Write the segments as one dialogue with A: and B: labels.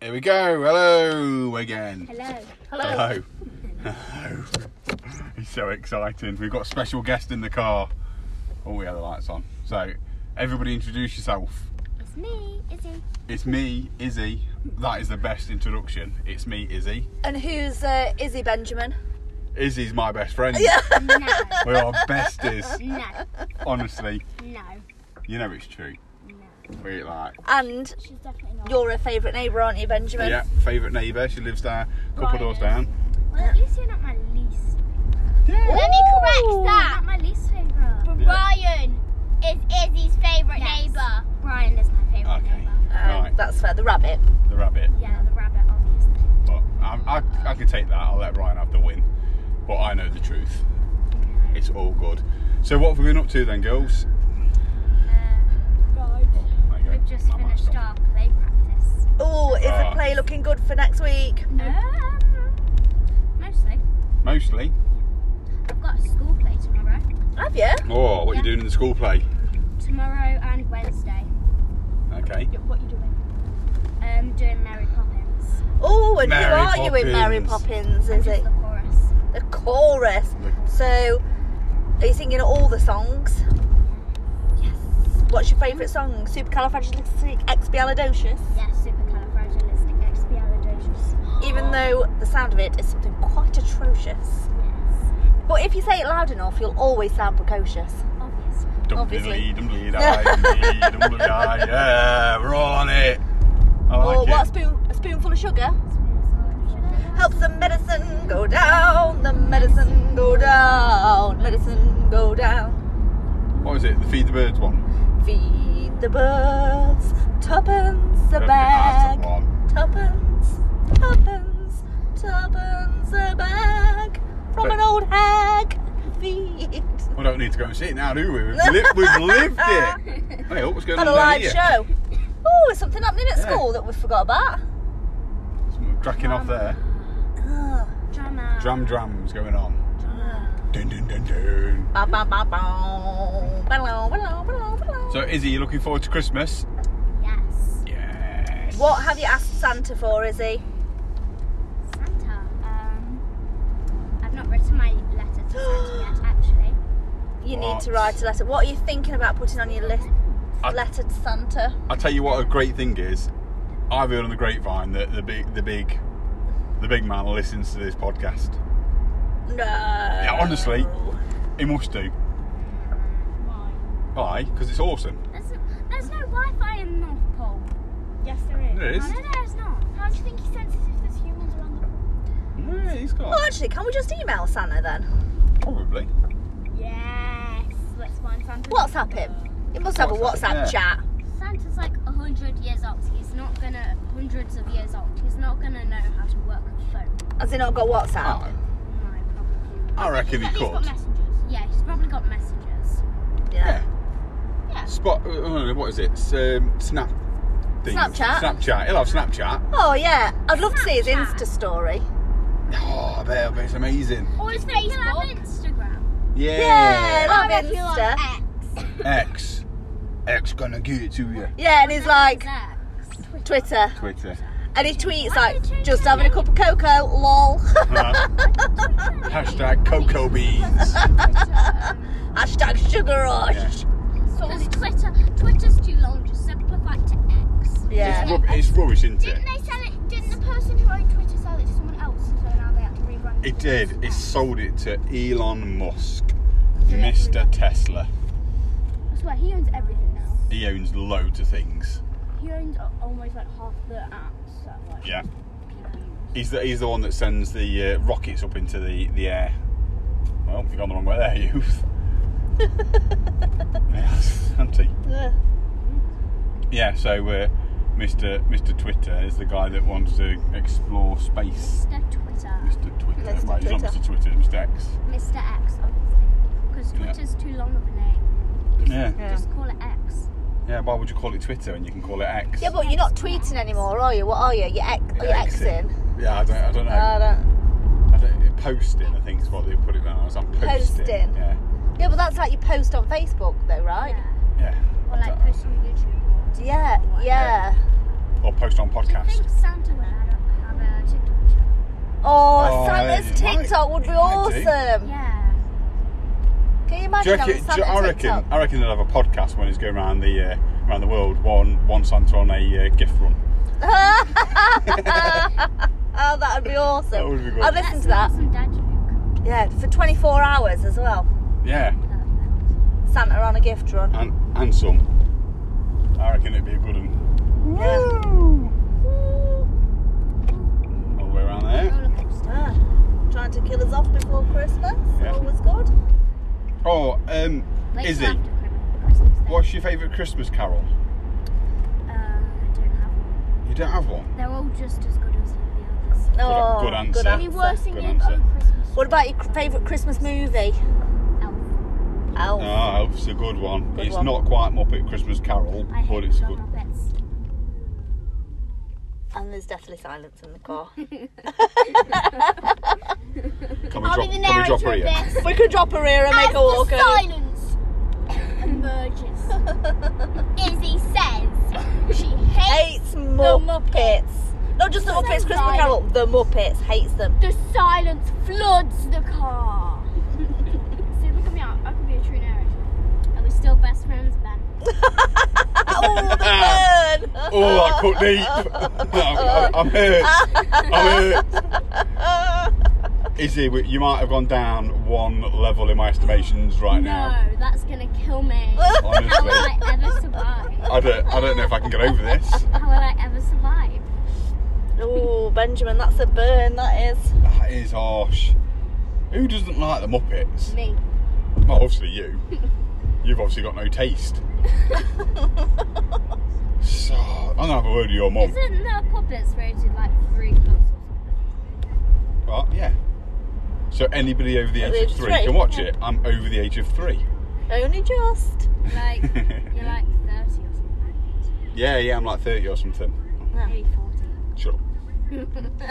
A: Here we go. Hello again.
B: Hello.
A: Hello. Hello. it's so exciting. We've got a special guest in the car. All we have the lights on. So, everybody introduce yourself.
B: It's me, Izzy.
A: It's me, Izzy. That is the best introduction. It's me, Izzy.
C: And who's uh, Izzy Benjamin?
A: Izzy's my best friend.
B: No,
A: We are besties.
B: no,
A: Honestly,
B: no,
A: you know it's true.
B: no.
A: We like.
C: And
B: She's definitely not.
C: you're a favourite neighbour, aren't you, Benjamin?
A: Yeah, favourite neighbour. She lives there, a couple doors
B: Right.
A: down.
B: well, at least you're not my least.
A: Yeah.
D: Let me
C: Um,
D: correct
B: Not
D: that.
B: my least favourite.
D: Brian is Izzy's favourite
B: Yes.
D: neighbour.
B: Brian is my favourite
A: Okay.
B: neighbour.
C: Uh,
A: Right.
C: That's fair. The rabbit.
A: The rabbit.
B: Yeah, the rabbit, obviously.
A: But I, I, I can take that. I'll let Ryan have the win. But I know the truth. It's all good. So what have we been up to then, girls? There you go.
B: Um, We've just
A: My mic's
B: finished
A: gone.
B: our play practice.
C: Oh, is
A: Ah.
C: the play looking good for next week?
B: Um, mostly.
A: Mostly.
B: I've got a school play tomorrow.
C: Have you?
A: Oh, what are you doing in the school play?
B: Tomorrow and Wednesday.
A: Okay.
D: What are you doing?
B: Um, doing Mary Poppins.
C: Oh, and who
A: Mary
C: are you in Mary
A: Poppins.
C: Poppins?
B: I'm
C: Is
B: just
C: it
B: the chorus.
C: the chorus? So, are you singing all the songs?
B: Yes.
C: What's your favourite song? Supercalifragilisticexpialidocious.
B: Yes, supercalifragilisticexpialidocious.
D: Oh.
C: Even though the sound of it is something quite atrocious.
B: Yes,
C: But if you say it loud enough, you'll always sound precocious.
B: obviously.
A: Dum
C: Obviously.
A: diddly, dum diddly, die, dum diddly, dum diddly, die. Yeah, we're on it. I
C: or
A: like
C: Oh, what, a,
A: it.
C: spoon, a spoonful of sugar? Helps the medicine go down, the medicine go down, medicine go down.
A: What is it? The feed the birds one.
C: Feed the birds, tuppence a
A: Don't think that's the
C: bag,
A: one.
C: tuppence, tuppence, tuppence a bag, from
A: But-
C: an old hag. Feed.
A: We don't need to go and see it now, do we? We've, li- we've lived it. Hey, what's going
C: Had a
A: on down
C: live
A: here?
C: show. Oh, there's something happening at
A: Yeah.
C: school that we forgot about.
A: Something Cracking off there.
C: Ah.
B: Drama.
A: Drum drums going on. Dun, dun, dun, dun.
C: Ba, ba, ba, ba. Ba-la, ba-la, ba-la, ba-la.
A: So, Izzy, you looking forward to Christmas?
B: Yes.
A: Yes.
C: What have you asked Santa for, Izzy?
B: Santa. Um, I've not written my letter to Santa yet, actually.
C: You
A: What?
C: need to write a letter. What are you thinking about putting on your list?
A: I-
C: letter to Santa.
A: I tell you what, a great thing is, I've heard on the grapevine that the big, the big, the big man listens to this podcast.
C: No.
A: honestly. He must do.
B: Why?
A: Why? Because it's awesome.
B: Hmm. There's, there's no Wi-Fi in North Pole. Oh,
D: Yes, there is.
A: There it is.
B: I know there's not.
D: How do you think he senses if there's humans around the pool?
A: Yeah, he's got
C: Well, actually, can we just email Santa then?
A: probably.
B: Yes. Let's find Santa.
C: WhatsApp him. He must have a
A: WhatsApp,
C: WhatsApp
A: yeah.
C: chat.
B: Santa's like a hundred years old. He's not gonna hundreds of years old. He's not gonna know how to work a phone.
C: Has he not got WhatsApp?
A: Oh,
B: No, probably. not.
A: I reckon he
D: He's got
A: could.
D: messengers.
B: Yeah, he's probably got messages.
A: Oh, Yeah.
D: Yeah.
A: Spot. uh, uh, What is it? S- Um, snap. Things.
C: Snapchat?
A: Snapchat. He'll have Snapchat.
C: Oh yeah, I'd love to see his
B: Snapchat.
C: Insta story.
A: Oh, I bet, I bet it's amazing.
D: Or his
B: He'll have
D: Facebook.
B: Instagram.
C: Yeah,
D: I
C: love
D: reckon he'll
C: Insta.
D: have X.
A: X. X gonna give it to you.
C: Yeah, and he's like
B: Zach.
C: Twitter,
A: Twitter.
C: and he tweets
B: Why did you
C: like,
B: change
C: "Just
B: your
C: having a cup of cocoa, lol."
A: Hashtag cocoa beans.
C: Hashtag sugar rush.
D: Because
B: Because
D: Twitter-
B: Twitter, Twitter's too long. Just simplify it to X.
A: It's,
C: Yeah.
A: rub- it's rubbish, isn't it?
D: Didn't they sell it? Didn't the person who owned Twitter sell it to someone else? So now they have to rebrand it.
A: It did. It sold it to Elon Musk, Mr. Tesla.
B: I swear, he owns everything now.
A: He owns loads of things.
B: He owns a- almost like half the apps. That, like,
A: Yeah.
B: people use.
A: He's the, he's the one that sends the uh, rockets up into the, the air. Well, you've gone the wrong way there, youth. Yes, haven't he?
C: Ugh.
A: Yeah, so uh, Mr. Mr. Twitter is the guy that wants to explore space.
B: Mr. Twitter.
A: Mr. Twitter.
C: Mr.
A: Well, he's not
C: Twitter.
A: Mr. Twitter, he's Mr. X.
B: Mr. X, obviously. Because
A: Yeah.
B: Twitter's too long of a name.
A: Yeah.
C: Yeah.
B: Just call it X.
A: Yeah, why would you call it Twitter when you can call it X?
C: Yeah, but you're not tweeting anymore, are you? What are you? You're, ex- are you
A: Exing.
C: exing?
A: Yeah, I don't,
C: Uh,
A: I don't know.
C: I don't-
A: I don't, posting, I think, is what they put it down as. I'm posting.
C: Posting.
A: Yeah.
C: Yeah, but that's like you post on Facebook, though, right?
A: Yeah.
B: Or like post on YouTube. Or
C: Yeah, yeah.
A: Or post on
B: Do you
A: podcast.
B: think Santa would have a- have a TikTok channel?
C: Oh,
A: Oh,
C: Santa's
A: it might-
C: TikTok would be
A: it might
D: Um,
A: do.
C: awesome.
B: Yeah.
C: Can you
A: Do you
C: imagine having
A: reckon, do you- I
C: Santa's
A: reckon,
C: TikTok?
A: I reckon they'll have a podcast when he's going around the uh, around the world. One one Santa on a uh, gift run.
C: Oh, that would be awesome.
A: That would be good.
C: I'd listen to that.
B: Some dad joke.
C: Yeah, for 24 hours as well.
A: Yeah,
C: Santa on a gift run.
A: and and some. I reckon it'd be a good one all the way around there.
B: Roller coaster.
C: Ah, trying to kill us off before Christmas.
A: Yeah.
C: Always good.
A: Oh, um,
B: Wait till
A: Izzy,
B: after Christmas. then.
A: what's your favourite Christmas carol?
B: Uh, I don't have one.
A: You don't have one.
B: They're all just as good as the others.
C: Oh,
A: good answer.
D: I mean, worse than
A: Good
D: you
A: answer.
D: on Christmas.
C: What about your favourite Christmas movie? Oh,
B: Elf.
C: Elf.
A: Ah, it's a good one.
C: Good
A: it's
C: one.
A: not quite Muppet Christmas Carol,
B: I hate
A: but it's
B: John
A: good.
B: Roberts.
C: And there's definitely silence in the car.
A: Can we
D: I'll be the
A: drop, can we drop
D: narrator
A: her
D: of
A: here?
D: this.
C: we could drop her here and make
D: As
C: her walk
D: the
C: home.
D: silence emerges, Izzy says she hates
C: Hates Muppets. Not just the
D: Well, then
C: Muppets, Christmas
D: why-
C: Carol. The Muppets hates them.
D: the silence floods the car.
B: See, look at me. I I could be a true narrator. Are we still best friends, Ben?
C: oh, the burn!
A: Oh, that cut deep. I'm, I'm hurt. I'm hurt. Izzy, we- you might have gone down one level in my estimations right now.
B: No, that's gonna kill me. How will
A: Honestly,
B: I ever survive?
A: I don't, I don't know if I can get over this.
B: How will I ever survive?
C: Oh, Benjamin, that's a burn. That is.
A: That is harsh. Who doesn't like the Muppets?
B: Me.
A: Well, obviously you. You've obviously got no taste. so, I'm gonna have a word with your mum.
B: Isn't the puppets rated like three plus? or something?
A: Well, yeah. So anybody over the
C: Over
A: age,
C: the
A: of
C: age of
A: three,
C: three?
A: can watch it. I'm over the age of three.
C: Only just.
B: Like you're like thirty or something.
A: Yeah, yeah, I'm like 30 or something.
B: Maybe forty.
A: Shut up.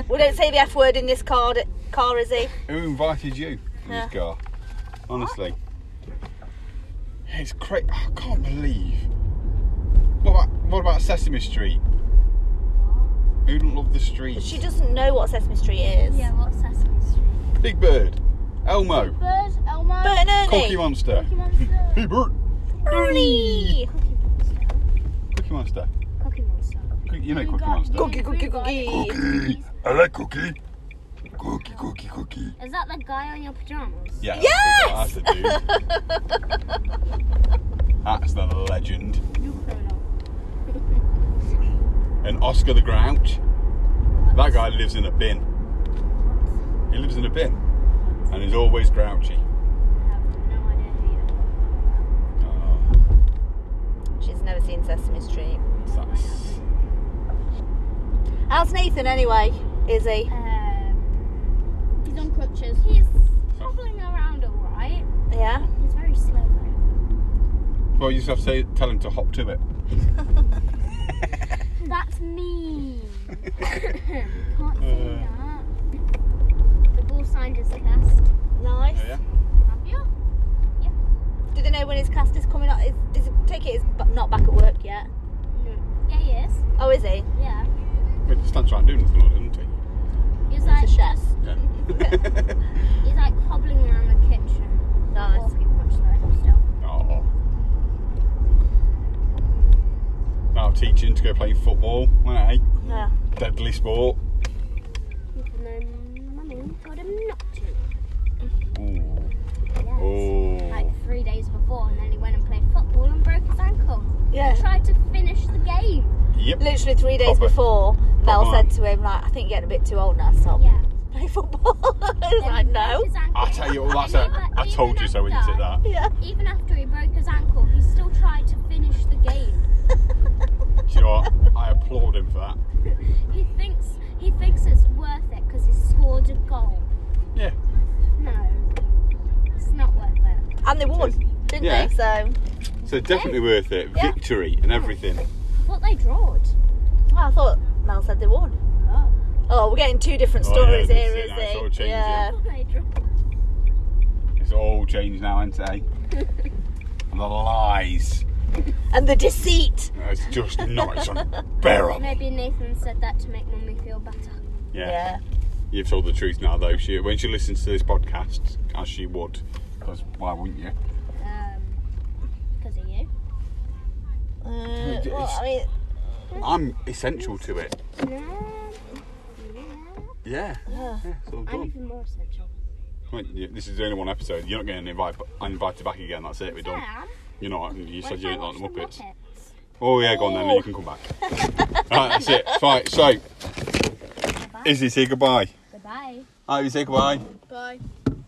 C: We don't say the F word in this car, d- car is he?
A: Who invited you in
C: Yeah.
A: this car? Honestly. It's crazy. I can't believe. What about, what about Sesame Street? Who doesn't love the street?
C: She doesn't know what Sesame Street is.
B: Yeah, what's Sesame Street?
A: Big Bird. Elmo.
D: Bird, Elmo,
C: Bert and Ernie.
A: Cookie Monster.
D: Cookie Monster,
A: Hey, Bert.
C: Ernie.
B: Cookie Monster.
A: Cookie Monster.
B: Cookie Monster.
A: Coo- you know
D: We
A: Cookie
D: got
A: Monster.
C: Cookie, cookie, cookie.
A: Cookie. I like Cookie. Cookie, Cookie, Cookie.
B: Is that the guy on your pajamas?
A: Yeah.
C: Yes!
A: That's the dude. That's the legend.
B: You criminal.
A: And Oscar the Grouch. That guy lives in a bin. He lives in a bin. And he's always grouchy.
B: I have no idea who you are.
A: Oh,
C: She's never seen Sesame Street.
A: that's-
C: How's Nathan anyway? Is he?
B: Um,
D: he's on crutches.
B: he's hobbling around alright.
C: Yeah.
B: He's very slow though.
A: Well, you just have to say, tell him to hop to it.
B: That's me.
A: Uh.
B: Can't say that. The ball signed his cast.
C: Nice.
A: Yeah.
B: Have you?
C: Do they know when his cast is coming up? Is, is take it is b- not back at work yet?
B: No. Yeah, he is.
C: Oh, is he?
B: Yeah.
A: But he stands right doing nothing, doesn't he?
B: He's like
C: a chef.
B: just
A: Yeah.
B: he's like hobbling around the kitchen.
C: Nice.
B: Walking much though still.
A: Oh. Now teaching to go play football, eh?
C: Yeah.
A: Deadly sport.
B: Even though mummy told him not to.
A: Ooh.
B: Yes.
A: Oh.
B: Like three days before and then he went and played football and broke his ankle.
C: Yeah.
B: Tried to finish the game.
A: Yep.
C: Literally three days
A: Proper-
C: before, Mel
A: proper
C: said
A: man.
C: to him, like, I think you're getting a bit too old now, stop
B: Yeah.
C: play football. He's
B: Then
C: like,
B: he broke
C: no.
B: his ankle.
A: I tell you what, that's a, I told you so,
B: Even
A: isn't it? That.
C: Yeah.
B: Even after he broke his ankle, he still tried to finish the game.
A: Do you know what? I applaud him for that.
B: He thinks he thinks it's worth it because he scored a goal.
A: Yeah.
B: No, it's not worth it.
C: And they won, didn't
A: Yeah.
C: they? So,
A: So definitely worth it.
C: Yeah.
A: Victory and everything.
B: But they drawed.
C: well, I thought Mel said they won.
B: Oh,
C: Oh, we're getting two different
A: Oh, yeah,
C: stories
A: this
C: here,
A: is-
C: is
A: that's all
C: it?
A: changing.
B: they drawed.
A: It's It's all changed now, ain't it? eh? and the lies.
C: And the deceit.
A: It's just not. It's unbearable.
B: Maybe Nathan said that to make mummy feel better.
A: yeah. You've told the truth now, though. She, when she listens to this podcast, as she would, because why wouldn't you?
B: Um, because of you.
C: Uh, well, I mean,
A: I'm essential to it.
B: No. Yeah.
A: Yeah.
C: Yeah.
A: yeah it's all
B: I'm
A: done.
B: even more essential.
A: Well, you- This is only one episode. You're not getting invited, invited back again. That's it. We're done.
B: Yeah, I am.
A: You're not. You
B: What
A: said
B: if
A: you
B: I
A: didn't like the
B: watch
A: Muppets.
B: Muppets?
A: Oh yeah, go on then. You can come back. right, that's it. Right, so Izzy, say goodbye.
B: Goodbye.
A: Ivy, say goodbye.
D: Bye.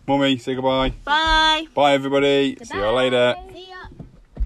A: Mummy, say goodbye.
C: bye.
A: Bye, everybody. See you
B: Goodbye.
A: later.